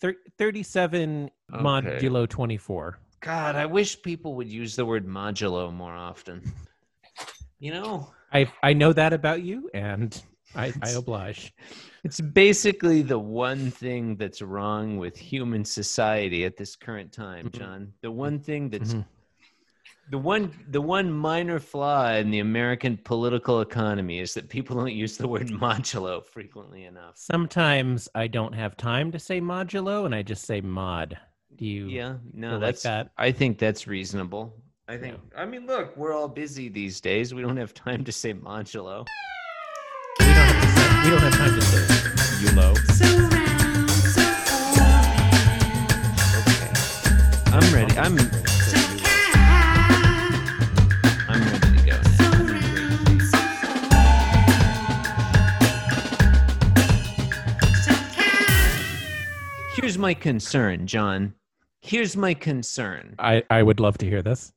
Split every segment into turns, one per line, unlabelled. thir- 37
Okay.
modulo 24.
God, I wish people would use the word modulo more often. You know,
I, I know that about you, and I, I oblige.
it's basically the one thing that's wrong with human society at this current time,
Mhm.
John. The one thing that's
Mhm.
the one the one minor flaw in the American political economy is that people don't use the word modulo frequently enough.
Sometimes I don't have time to say modulo, and I just say mod. Do you
Yeah,
feel
no,
like
that's
that?
I think that's reasonable. I think I mean look, we're all busy these days. We don't have time to say modulo.
We don't have, to say, we don't have time to say you low.
I'm ready. I'm I'm ready to go. now. Here's my concern, John. Here's my concern.
I, I would love to hear this.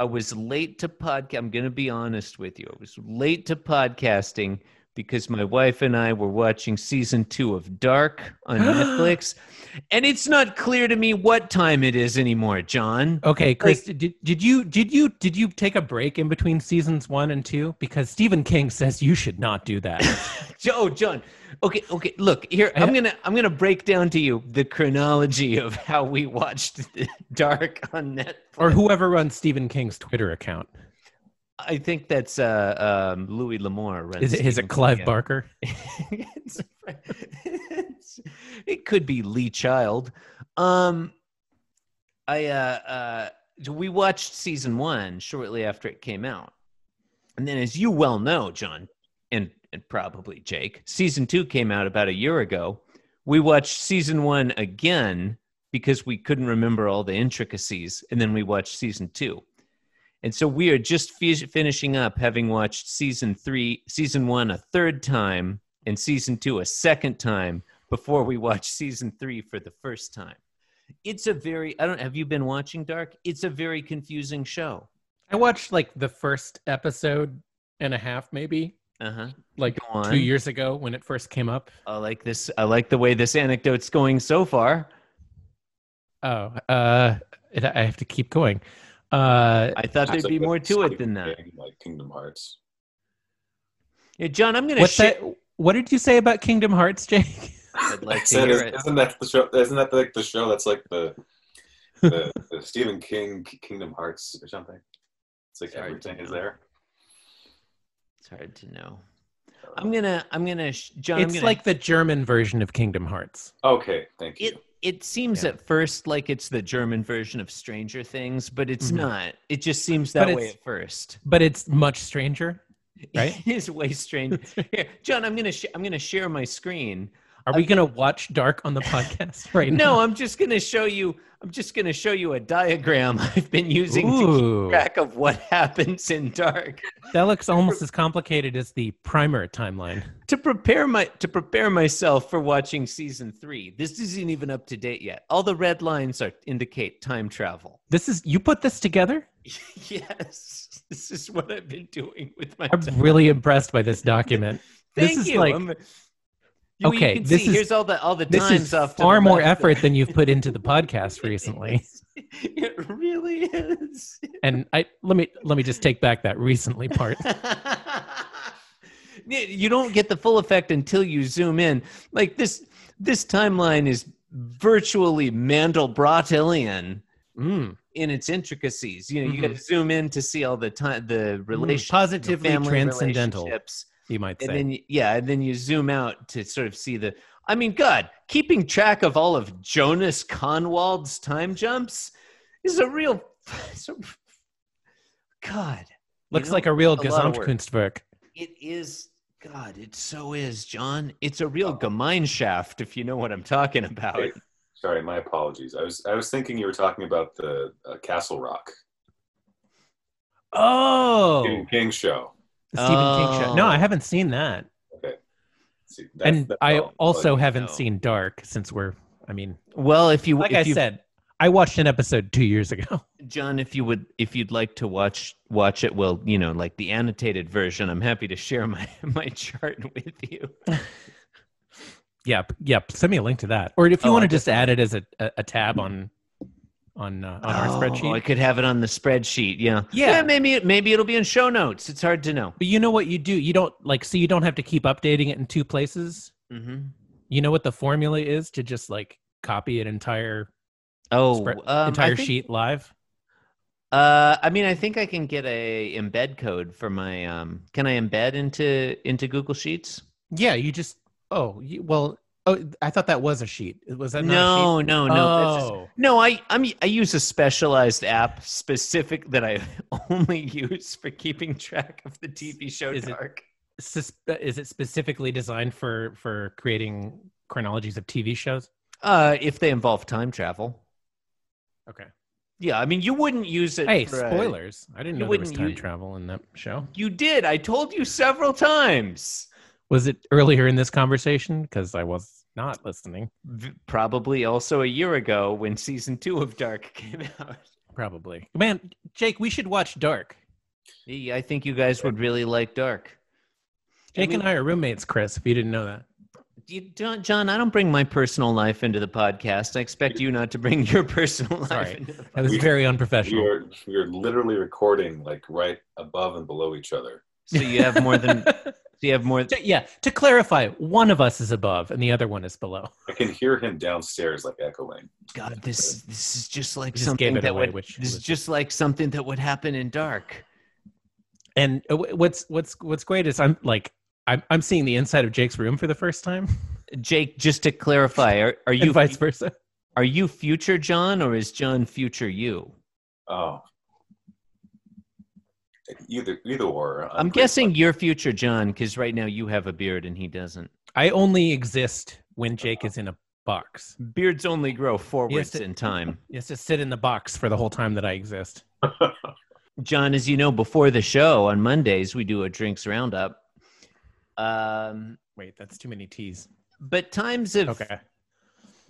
I was late to podcast. I'm going to be honest with you. I was late to podcasting because my wife and I were watching season two of Dark on Netflix, and it's not clear to me what time it is anymore, John.
Okay, Chris, did, did you did you did you take a break in between seasons one and two? Because Stephen King says you should not do that.
Joe, oh, John. Okay, okay. Look here. I'm gonna I'm gonna break down to you the chronology of how we watched Dark on Netflix.
or whoever runs Stephen King's Twitter account.
I think that's uh, um, Louis L'Amour. runs
Is it is
Stephen
it Clive
King.
Barker?
It's- it's- it could be Lee Child. Um, I uh, uh, we watched season one shortly after it came out, and then, as you well know, John and and probably Jake, season two came out about a year ago. We watched season one again because we couldn't remember all the intricacies, and then we watched season two. And so we are just fi- finishing up having watched season three, season one a third time, and season two a second time before we watch season three for the first time. It's a very, I don't, have you been watching Dark? It's a very confusing show.
I watched like the first episode and a half, maybe
Uh huh.
like
Go on.
two years ago when it first came up.
I like this. I like the way this anecdote's going so far.
Oh, uh, it, I have to keep going. Uh,
I thought there'd be more to it than that.
Like Kingdom Hearts.
Yeah, John, I'm going to
what's
share.
that? What did you say about Kingdom Hearts, Jake?
I'd like to
Said,
hear
isn't,
it.
isn't that the show? Isn't that like the show that's like the the, the Stephen King K- Kingdom Hearts or something? It's like
Sorry,
everything is
no.
there.
It's hard to know. I'm going to, I'm going to, John, I'm
It's
gonna-
like the German version of Kingdom Hearts.
Okay, thank you.
it it seems
Yeah.
at first like it's the German version of Stranger Things, but it's
Mhm.
not. It just seems
But
that way
it's-
at first.
But it's much stranger, right?
it is way strange. Here, John, I'm gonna sh- I'm gonna share my screen.
Are we going to watch Dark on the podcast right
No,
now?
I'm just gonna show you. I'm just gonna show you a diagram I've been using to keep
Ooh,
track of what happens in Dark.
that looks almost as complicated as the primer timeline.
to prepare my to prepare myself for watching season three. This isn't even up to date yet. All the red lines are indicate time travel.
This is you put this together.
yes, this is what I've been doing with my.
I'm
time.
really impressed by this document.
Thank
this is
you.
like
I'm- you,
okay,
You can
this
see,
is-
here's all the all the
this
times
is
off. to
far
the
more
left.
effort than you've put into the podcast recently.
it really is.
And I let me let me just take back that recently part.
Yeah, you don't get the full effect until you zoom in. Like this, this timeline is virtually Mandelbrotelian
Mm,
in its intricacies. You know, you
Mhm.
got to zoom in to see all the time, the
Mm-hmm.
relationships,
Mm, positively transcendental.
relationships.
you might
and
say.
then y- yeah and then you zoom out to sort of see the i mean god keeping track of all of jonas conwald's time jumps is a real it's a, god you
Looks
know,
like a real
a lot of work.
Gesamtkunstwerk.
it is god it so is john it's a
Oh.
real gemeinschaft if you know what i'm talking about
Hey, Sorry, my apologies. I was I was thinking you were talking about the uh, Castle Rock
Oh,
Stephen King show.
the Stephen King show. No, I
Oh.
haven't seen that,
See, that's-
and
that's
I
all.
also
Like,
haven't
no.
seen Dark since we're. I mean,
well if you
like
if
I
you,
said, I watched an episode two years ago.
john if you would if you'd like to watch watch it well you know like the annotated version i'm happy to share my my chart with you
Yeah, p- yeah. p- Send me a link to that, or if you
Oh,
want
I
to just add it as a, a, a tab on on uh, on our
Oh, I
spreadsheet.
could have it on the spreadsheet. Yeah.
Yeah.
Maybe maybe it'll be in show notes. It's hard to know.
But you know what you do? You don't like so you don't have to keep updating it in two places.
hmm
You know what the formula is to just like copy an entire
Oh,
Spread-
um,
entire
I think,
sheet live.
Uh, I mean, I think I can get a embed code for my. Um, can I embed into into Google Sheets?
Yeah, you just oh you, well oh I thought that was a sheet. Was that
No,
not
no,
a sheet?
no. that's just-
Oh.
no, I I'm, I use a specialized app specific that I only use for keeping track of the TV show
Is it-
Dark.
Sus- is it specifically designed for for creating chronologies of TV shows?
Uh, if they involve time travel.
Okay.
Yeah, I mean, you wouldn't use it.
Hey,
for a-
spoilers! I didn't
You
know there was
wouldn't
time
use-
travel in that show.
you did. I told you several times.
Was it earlier in this conversation? Because I was not listening.
V- Probably also a year ago when season two of Dark came out.
Probably. Man, Jake, we should watch Dark.
Yeah, I think you guys would really like Dark. I
Jake
mean-
and I are roommates, Chris. If you didn't know that,
You don't, John, I don't bring my personal life into the podcast. I expect you not to bring your personal life
Sorry.
into the podcast.
that was
We-
very
We
unprofessional.
are we are literally recording like right above and below each other.
So you have more than so you have more
J- yeah. To clarify, one of us is above and the other one is below.
I can hear him downstairs like echoing.
God, this this is just like
Just gave
something
it
that
away,
would
which
this is
was-
just like something that would happen in dark.
And uh, wh- what's what's what's great is I'm like I'm I'm seeing the inside of Jake's room for the first time,
Jake, just to clarify, are, are
and
you
vice versa.
are you future John or is John future you?
Oh, either either or. uh,
Uh,
I'm
pretty
guessing you're future John because right now you have a beard and he doesn't.
I only exist when Jake is in a box.
Beards only grow forwards
it-
in time.
He has to sit in the box for the whole time that I exist.
John, as you know, before the show on Mondays, we do a drinks roundup. Um,
Wait, that's too many T's.
but times of
Okay.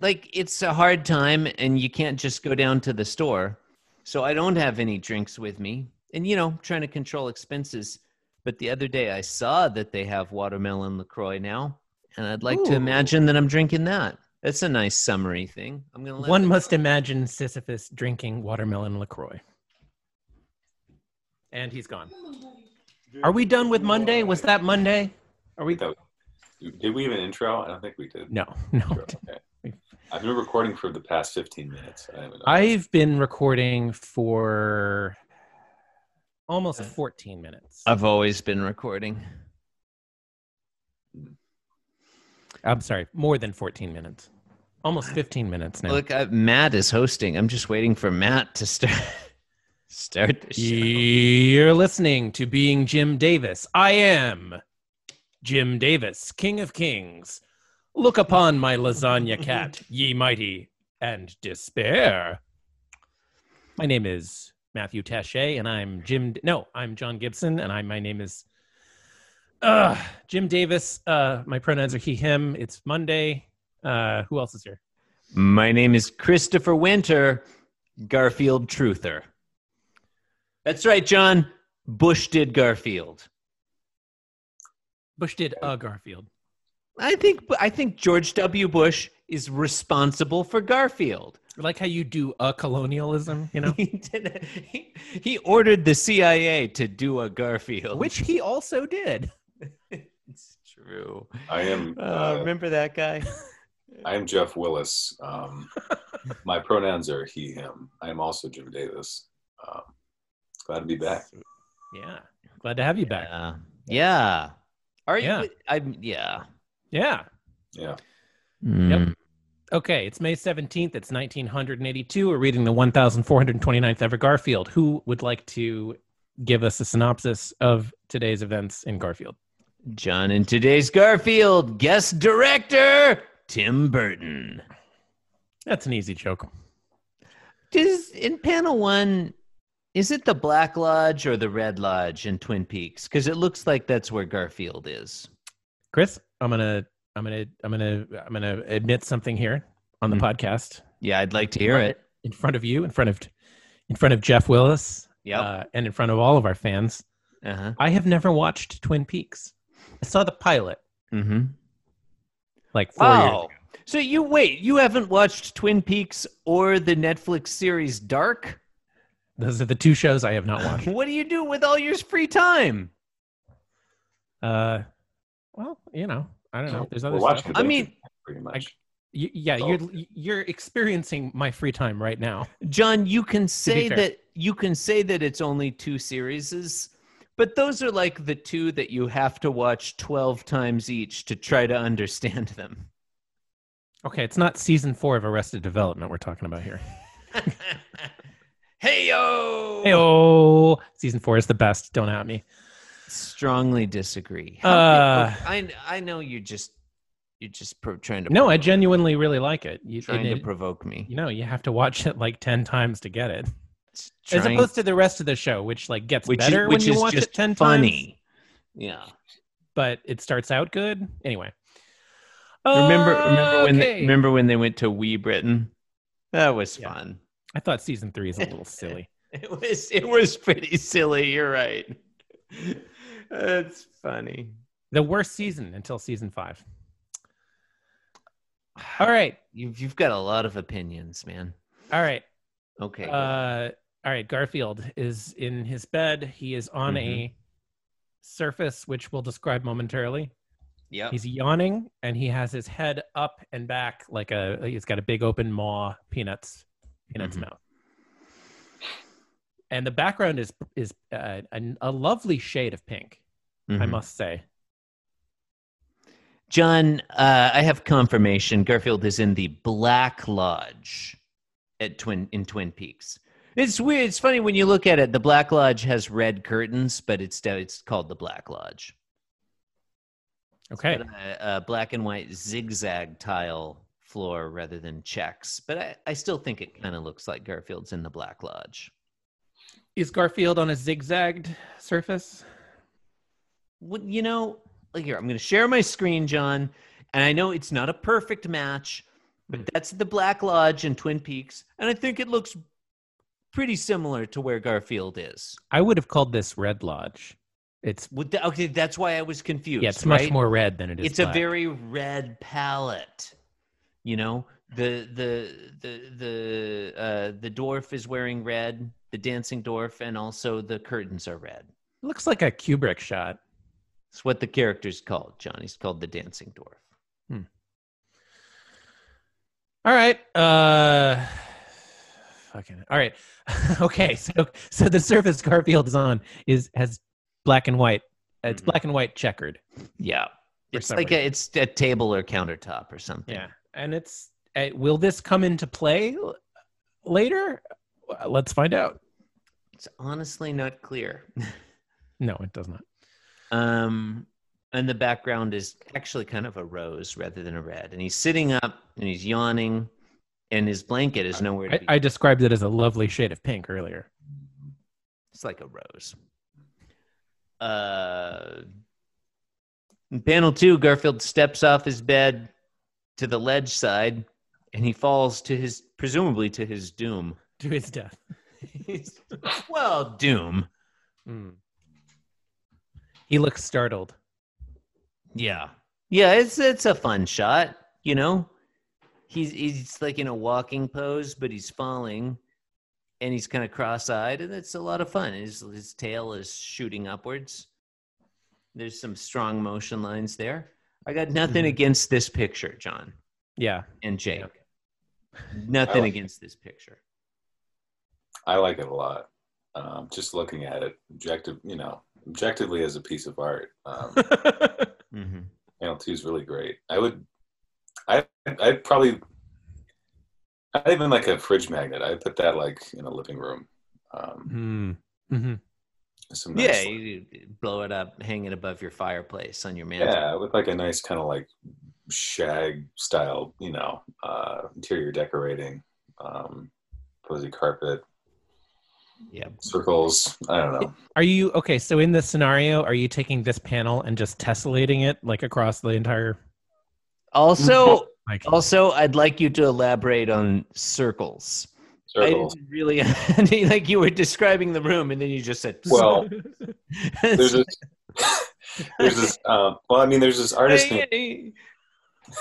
like it's a hard time and you can't just go down to the store. So I don't have any drinks with me. And you know, trying to control expenses. But the other day I saw that they have watermelon LaCroix now. And I'd like to
Ooh.
imagine that I'm drinking that. That's a nice summary thing. I'm gonna let
One
the-
must imagine Sisyphus drinking watermelon LaCroix. And he's gone. Are we done with Monday? Was that Monday? Are we?
That fun. Did we even intro? I don't think we did.
No, no.
Okay. I've been recording for the past 15 minutes. I, haven't-
I've been recording for almost 14 minutes.
I've always been recording.
I'm sorry, more than 14 minutes. Almost 15 minutes now.
Look, I, Matt is hosting. I'm just waiting for Matt to start start the show.
You're listening to Being Jim Davis. I am Jim Davis, King of Kings. Look upon my lasagna cat, ye mighty, and despair. My name is Matthew Taché, and I'm Jim. No, I'm John Gibson, and I. My name is uh, Jim Davis. Uh, my pronouns are he, him. It's Monday. Uh, who else is here?
My name is Christopher Winter, Garfield Truther. That's right, John. Bush did Garfield.
Bush did uh, Garfield.
I think I think George W. Bush is responsible for Garfield.
I like how you do uh, colonialism, you know.
He, did, he, he ordered the CIA to do a Garfield.
which he also did.
it's true.
I am.
Uh,
uh,
remember that guy?
I am Jeff Willis. Um, my pronouns are he, him. I am also Jim Davis. Um, glad to be back.
Yeah. Glad to have you back.
Uh, yeah. Are you?
Yeah.
I'm. Yeah.
Yeah.
Yeah.
Mm.
Okay. It's May 17th. It's 1982. We're reading the 1429th ever Garfield. Who would like to give us a synopsis of today's events in Garfield?
John in today's Garfield guest director Tim Burton.
That's an easy joke.
Does in panel one, is it the Black Lodge or the Red Lodge in Twin Peaks? Because it looks like that's where Garfield is.
Chris, I'm going to. I'm gonna, I'm gonna, I'm gonna admit something here on the
Mhm.
podcast
Yeah, I'd like to hear it.
in front of you, in front of, in front of Jeff Willis,
Yep.
uh, and in front of all of our fans.
Uh huh.
I have never watched Twin Peaks. I saw the pilot.
Mm-hmm.
like four years
Wow. So you wait, you haven't watched Twin Peaks or the Netflix series Dark?
Those are the two shows I have not watched.
What do you do with all your free time?
uh, well, you know, I don't know. There's
We're
other
watching
stuff.
I
Thank
mean,
pretty much.
Y- yeah,
Oh.
you're you're experiencing my free time right now.
John, you can say
fair.
that you can say that it's only two series, but those are like the two that you have to watch 12 times each to try to understand them.
Okay, it's not season four of Arrested Development we're talking about here.
hey yo!
Hey, oh, season four is the best. Don't at me.
Strongly disagree.
Uh,
Look, I I know you just you're just pro- trying to
No, I
provoke-
genuinely really like it. You,
trying
and
to
it-
provoke me.
you know, you have to watch it like ten times to get it,
It's
as
trying-
opposed to the rest of the show, which like gets
which is-
better
which
when
is
you watch
just
it ten times.
funny. Yeah.
but it starts out good anyway.
Remember, remember when they,
Okay.
remember when they went to Wee Britain? That was
Yeah.
fun.
I thought season three is a little silly.
It was it was pretty silly. You're right. That's funny.
The worst season until season five. All right,
You've you've got a lot of opinions, man.
all right,
Okay. go.
uh, all right. Garfield is in his bed. He is on a
Mm-hmm.
surface which we'll describe momentarily.
yep.
He's yawning and he has his head up and back like a. He's got a big open maw. Peanuts, peanuts
Mhm.
mouth. And the background is is uh, a, a lovely shade of pink. I
Mhm.
must say.
John, uh, I have confirmation. Garfield is in the Black Lodge at Twin in Twin Peaks. It's weird. It's funny when you look at it. The Black Lodge has red curtains, but it's it's called the Black Lodge.
Okay.
But, uh, a black and white zigzag tile floor rather than checks. But I, I still think it kind of looks like Garfield's in the Black Lodge.
Is Garfield on a zigzagged surface?
Well, you know, like here, I'm going to share my screen, John. And I know it's not a perfect match, but
Hmm.
that's the Black Lodge in Twin Peaks. And I think it looks pretty similar to where Garfield is.
I would have called this Red Lodge. It's
Would tha- okay, that's why I was confused.
yeah, it's
right?
much more red than it is.
it's a
black.
very red palette you know the the the the uh the dwarf is wearing red the dancing dwarf and also the curtains are red
It looks like a Kubrick shot.
it's what the character's called johnny's called the dancing dwarf
All right. Uh fucking all right. okay, so so the surface Garfield is on is has black and white. It's
Mhm.
black and white checkered.
yeah
For
it's
some
like a, it's a table or countertop or something
And it's uh, will this come into play l- later? Uh, Let's find out.
it's honestly not clear
No, it does not.
um and the background is actually kind of a rose rather than a red and he's sitting up and he's yawning and his blanket is nowhere to
I,
be
I described it as a lovely shade of pink earlier.
It's like a rose. Uh, in panel two, Garfield steps off his bed to the ledge side, and he falls to his presumably to his doom.
To his death.
well, doom.
He looks startled.
Yeah, yeah. It's it's a fun shot, you know. He's he's like in a walking pose, but he's falling, and he's kind of cross-eyed, and it's a lot of fun. His his tail is shooting upwards. There's some strong motion lines there. I got nothing
Mhm.
against this picture, John
Yeah.
and Jake.
Yeah.
Nothing
like it.
against this picture.
I like it a lot. Um, just looking at it, objective, you know, objectively as a piece of art, um,
Mm-hmm.
panel two is really great. I would, I, I'd probably, not even like a fridge magnet. I put that like in a living room. Um,
hmm
some nice,
Yeah,
like-
you you blow it up, hang it above your fireplace on your mantle.
yeah, with like a nice kind of like shag style, you know, uh, interior decorating, um, cozy carpet,
yeah.
circles. I don't know.
Are you okay? So in this scenario, are you taking this panel and just tessellating it like across the entire?
Also,
Like,
also, I'd like you to elaborate on circles. I
Circles.
didn't really I mean, like you were describing the room, and then you just said,
Well, there's this there's this um, well i mean there's this artist named,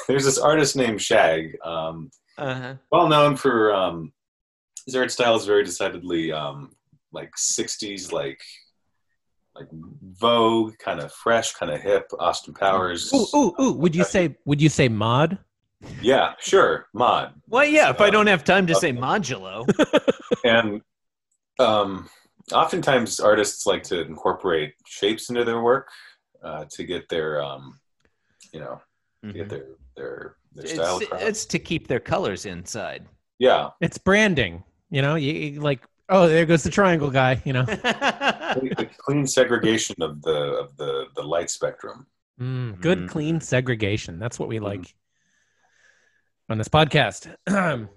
there's this artist named Shag, um,
Uh-huh.
well known for um, his art style is very decidedly um, like '60s, like like Vogue, kind of fresh, kind of hip. Austin Powers.
Ooh, ooh, ooh. Would you say would you say mod?
Yeah, sure, mod.
Well, yeah, if I
Uh,
don't have time to
okay.
say modulo.
and um, oftentimes artists like to incorporate shapes into their work uh, to get their um, you know to get their their their style
Mm-hmm. It's,
across.
it's to keep their colors inside.
yeah
It's branding. You know, you, you like oh, there goes the triangle guy. You know,
yeah,
the clean segregation of the of the the light spectrum
Mm, good
Mm.
clean segregation. That's what we like on this podcast.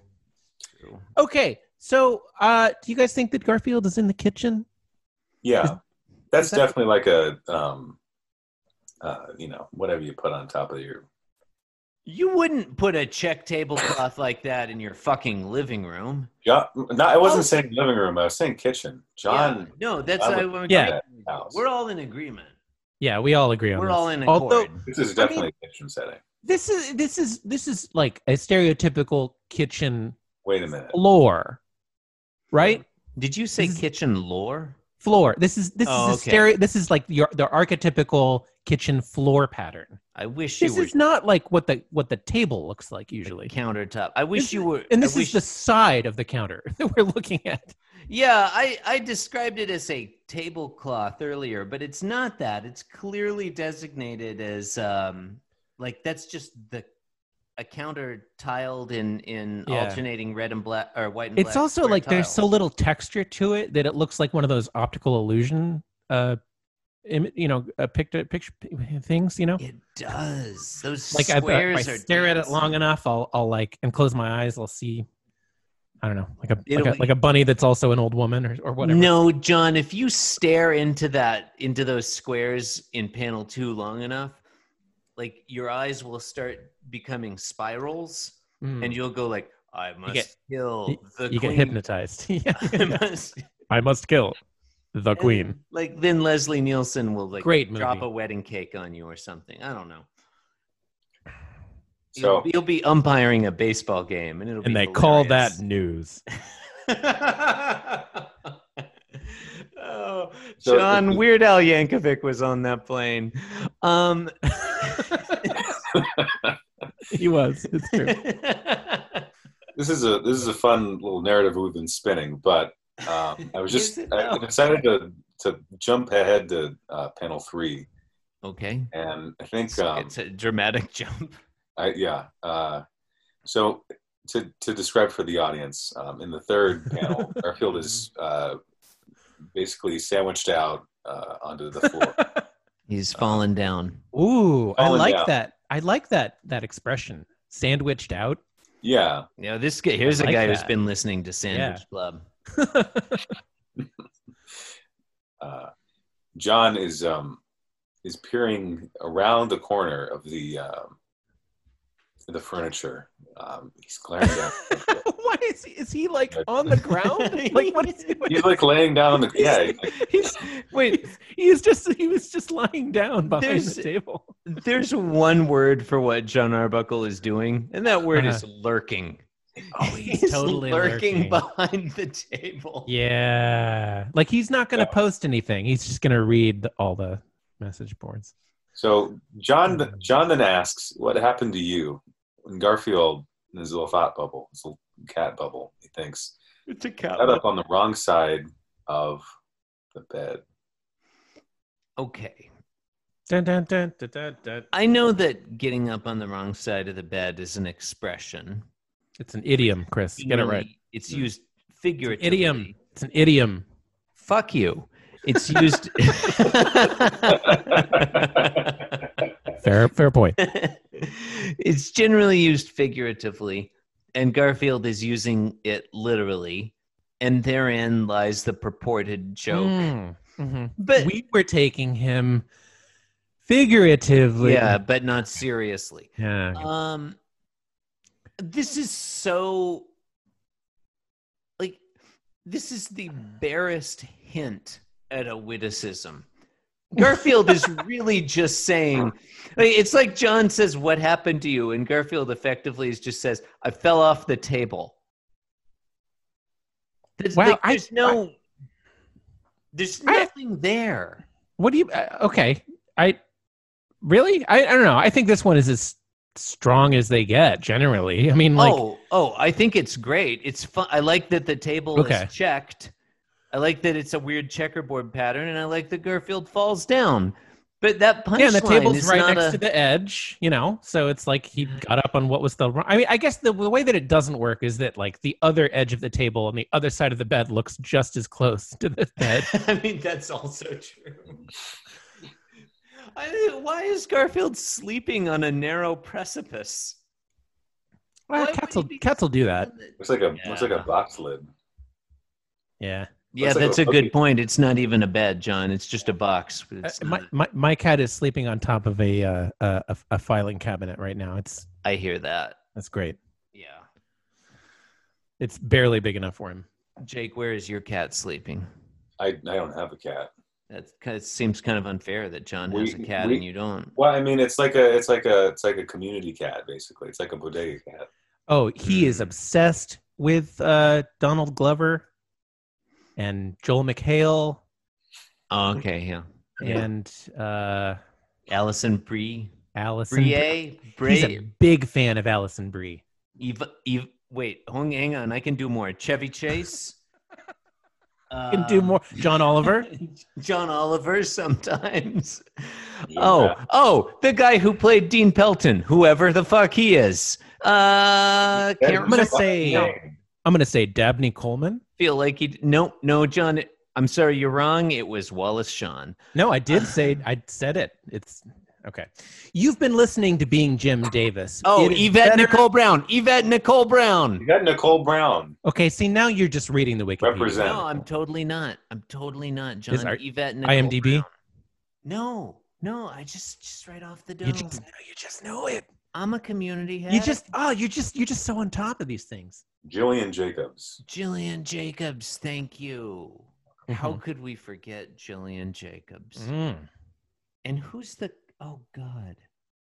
okay, so uh, do you guys think that Garfield is in the kitchen?
yeah that's
that-
definitely like a um, uh, you know whatever you put on top of your
you wouldn't put a check tablecloth like that in your fucking living room.
yeah no i wasn't
Oh.
saying living room i was saying kitchen john
Yeah, no, that's
I
I
would-
would-
Yeah.
House.
We're all in agreement.
Yeah, we all agree on
We're
this.
all in accord.
Although-
this is
I mean-
definitely a kitchen setting
This is this is this is like a stereotypical kitchen
wait a minute
Oh,
floor, right?
Did you say
This is-
kitchen lore?
Floor. This is this
Oh,
is a
okay.
stereo. This is like the the archetypical kitchen floor pattern.
I wish you
This
were
is not like what the what the table looks like usually.
countertop. I wish
This-
you were.
And
I
this is
wish-
the side of the counter that we're looking at.
Yeah, I I described it as a tablecloth earlier, but it's not that. It's clearly designated as um like that's just the a counter tiled in in
Yeah.
alternating red and black or white and black.
It's also
square
like there's so
tiles.
little texture to it that it looks like one of those optical illusion, uh, Im- you know, uh, picture picture things. You know,
It does. Those
like I, if
squares
I
are
stare at it
dense.
long enough, I'll I'll like and close my eyes. I'll see, I don't know, like a
It'll
like
be-
a, like a bunny that's also an old woman or or whatever.
No, John, if you stare into that into those squares in panel 2 long enough, like your eyes will start becoming spirals
Mm.
and you'll go like I must
get-
kill the
you get
queen.
hypnotized.
I
Yeah.
must
I must kill the
And,
queen.
Like then Leslie Nielsen will like
Great
drop
movie.
a wedding cake on you or something. I don't know.
so
you'll, be- you'll be umpiring a baseball game and it'll
And
be
they call that news.
that Oh,
So-
John Weird Al Yankovic was on that plane. Um
He was. It's true.
this is a this is a fun little narrative we've been spinning, but um, I was
Is
just
it
I
though?
decided to to jump ahead to uh, panel three,
Okay.
and I think
It's,
um,
it's a dramatic jump.
I, yeah. Uh, so to to describe for the audience, um, in the third panel, Garfield is uh, basically sandwiched out uh, onto the floor.
He's fallen down.
Ooh, I
Falling
like
down.
that. I like that that expression. Sandwiched out.
yeah,
You know, this guy here's a
like
guy who's
that.
been listening to Sandwich
Yeah.
Club.
uh, John is um, is peering around the corner of the um, the furniture. Um, he's glaring down.
Why is he, is he like on the ground? Like what is he doing?
He's like laying down on the yeah. he's like-
He's,
Wait,
he is just he was just lying down behind
There's-
the table.
There's one word for what John Arbuckle is doing, and that word is lurking.
Uh-huh. Oh, he's totally lurking.
behind the table.
Yeah. Like he's not going to
Yeah.
post anything. He's just going to read the, all the message boards.
So John John then asks, "What happened to you?" And Garfield in his little thought bubble, his little cat bubble, he thinks
It's a
got
cat.
up on the wrong side of the bed.
Okay.
Dun, dun, dun, dun, dun, dun.
I know that getting up on the wrong side of the bed is an expression.
It's an idiom, Chris. Get it right. Mm.
Generally, It's used figuratively.
Idiom. It's an idiom.
Fuck you. It's used.
Fair fair point.
it's generally used figuratively, and Garfield is using it literally, and therein lies the purported joke.
Mm, mhm.
But
We were taking him figuratively.
yeah, but not seriously.
Yeah.
Um, this is so like this is the barest hint at a witticism. Garfield is really just saying, I mean, it's like John says, What happened to you? And Garfield effectively is just says, I fell off the table. There's,
Wow,
like,
I-
there's no, there's
I-
nothing there.
What do you? Uh, okay, I really, I, I don't know. I think this one is as strong as they get. Generally, I mean, like,
oh, oh, I think it's great. It's fun. I like that the table
Okay.
is checked. I like that it's a weird checkerboard pattern, and I like that Garfield falls down. But that punchline
yeah, and the table's
is
right
not
next
a, Mm-hmm.
to the edge, you know. So it's like he got up on what was the. wrong- I mean, I guess the, the way that it doesn't work is that like the other edge of the table on the other side of the bed looks just as close to the bed.
I mean, that's also true. I, why is Garfield sleeping on a narrow precipice?
Well,
Why
cats
would
will
he be
cats will do that.
Looks like a looks like
Yeah.
a box lid.
Yeah,
Yeah,
Looks like
that's
a
a good
puppy.
point. It's not even a bed, John. It's just a box. but
Uh,
it's
my,
not a-
my my cat is sleeping on top of a uh, a, a- a filing cabinet right now. It's
I hear that.
that's great.
Yeah.
It's barely big enough for him.
Jake, where is your cat sleeping?
I I don't have a cat.
That kind of seems kind of unfair that John has a
We-
cat
we-
and you don't.
Well, I mean, it's like a it's like a it's like a community cat basically. It's like a bodega cat.
Oh, he is
Hmm.
obsessed with uh, Donald Glover and Joel McHale
Oh, okay, yeah.
and uh,
Allison Brie.
Allison.
Brie.
He's a
Brie.
big fan of Allison Brie.
Eva, Eva, wait, hang, hang on. I can do more. Chevy Chase. uh,
Can do more. John Oliver.
John Oliver sometimes.
Yeah.
Oh, oh, the guy who played Dean Pelton, whoever the fuck he is. Uh,
That
can't
is
I'm gonna
fucking
say-
name.
I'm gonna say Dabney Coleman.
feel like he. No, no, John. I'm sorry, you're wrong. It was Wallace Shawn.
No, I did say I said it. It's okay. You've been listening to Being Jim Davis.
Oh,
It is
Yvette
better-
Nicole Brown. Yvette Nicole Brown.
You got Nicole Brown.
Okay, see now you're just reading the Wikipedia.
Represent.
No, I'm totally not. I'm totally not, John.
Is our-
Yvette Nicole
IMDb.
Brown. No, no. I just, just right off the dome.
You just, you just know it.
I'm a community head.
You just, oh, you're just, you're just so on top of these things.
Jillian Jacobs.
Jillian Jacobs. Thank you. How
Mm-hmm.
could we forget Jillian Jacobs?
Mm.
And who's the? Oh God,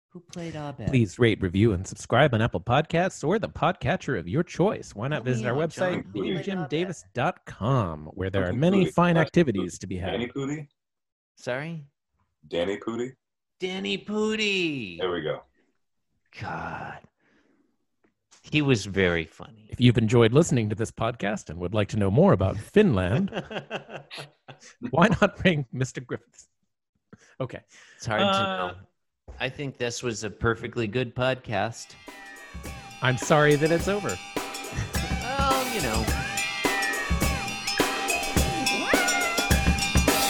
who played Abed?
Please rate, review, and subscribe on Apple Podcasts or the podcatcher of your choice. Why not
Help me
visit our
out,
website,
John.
beingjimdavis.com, where there are
Okay,
many
really.
fine
Nice.
activities to be
Danny
had.
Pooty.
Sorry,
Danny Pooty.
Danny Pudi.
There we go.
God, he was very funny.
If you've enjoyed listening to this podcast and would like to know more about Finland, why not bring Mr. Griffiths? Okay.
It's hard to know.
Uh,
I think this was a perfectly good podcast.
I'm sorry that it's over.
Oh, you know.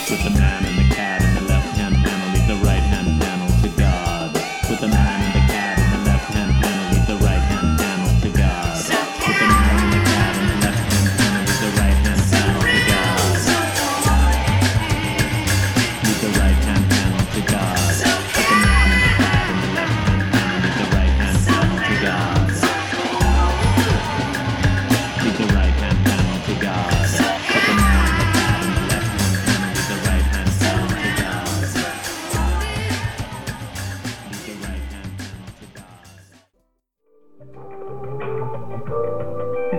Put the man and the cat in the left hand panel, leave the right hand panel to God. Put the man and the cat in the left hand panel, leave the right hand panel to God. Put the man and the cat in the left hand panel, leave the right hand panel to God. Leave the right hand panel to God. Put the man and the cat in the left hand panel, leave the right hand panel to God. Leave the right hand panel to God. Put the man and the cat in the left hand panel, leave the right hand panel to God. Leave the right hand panel to God.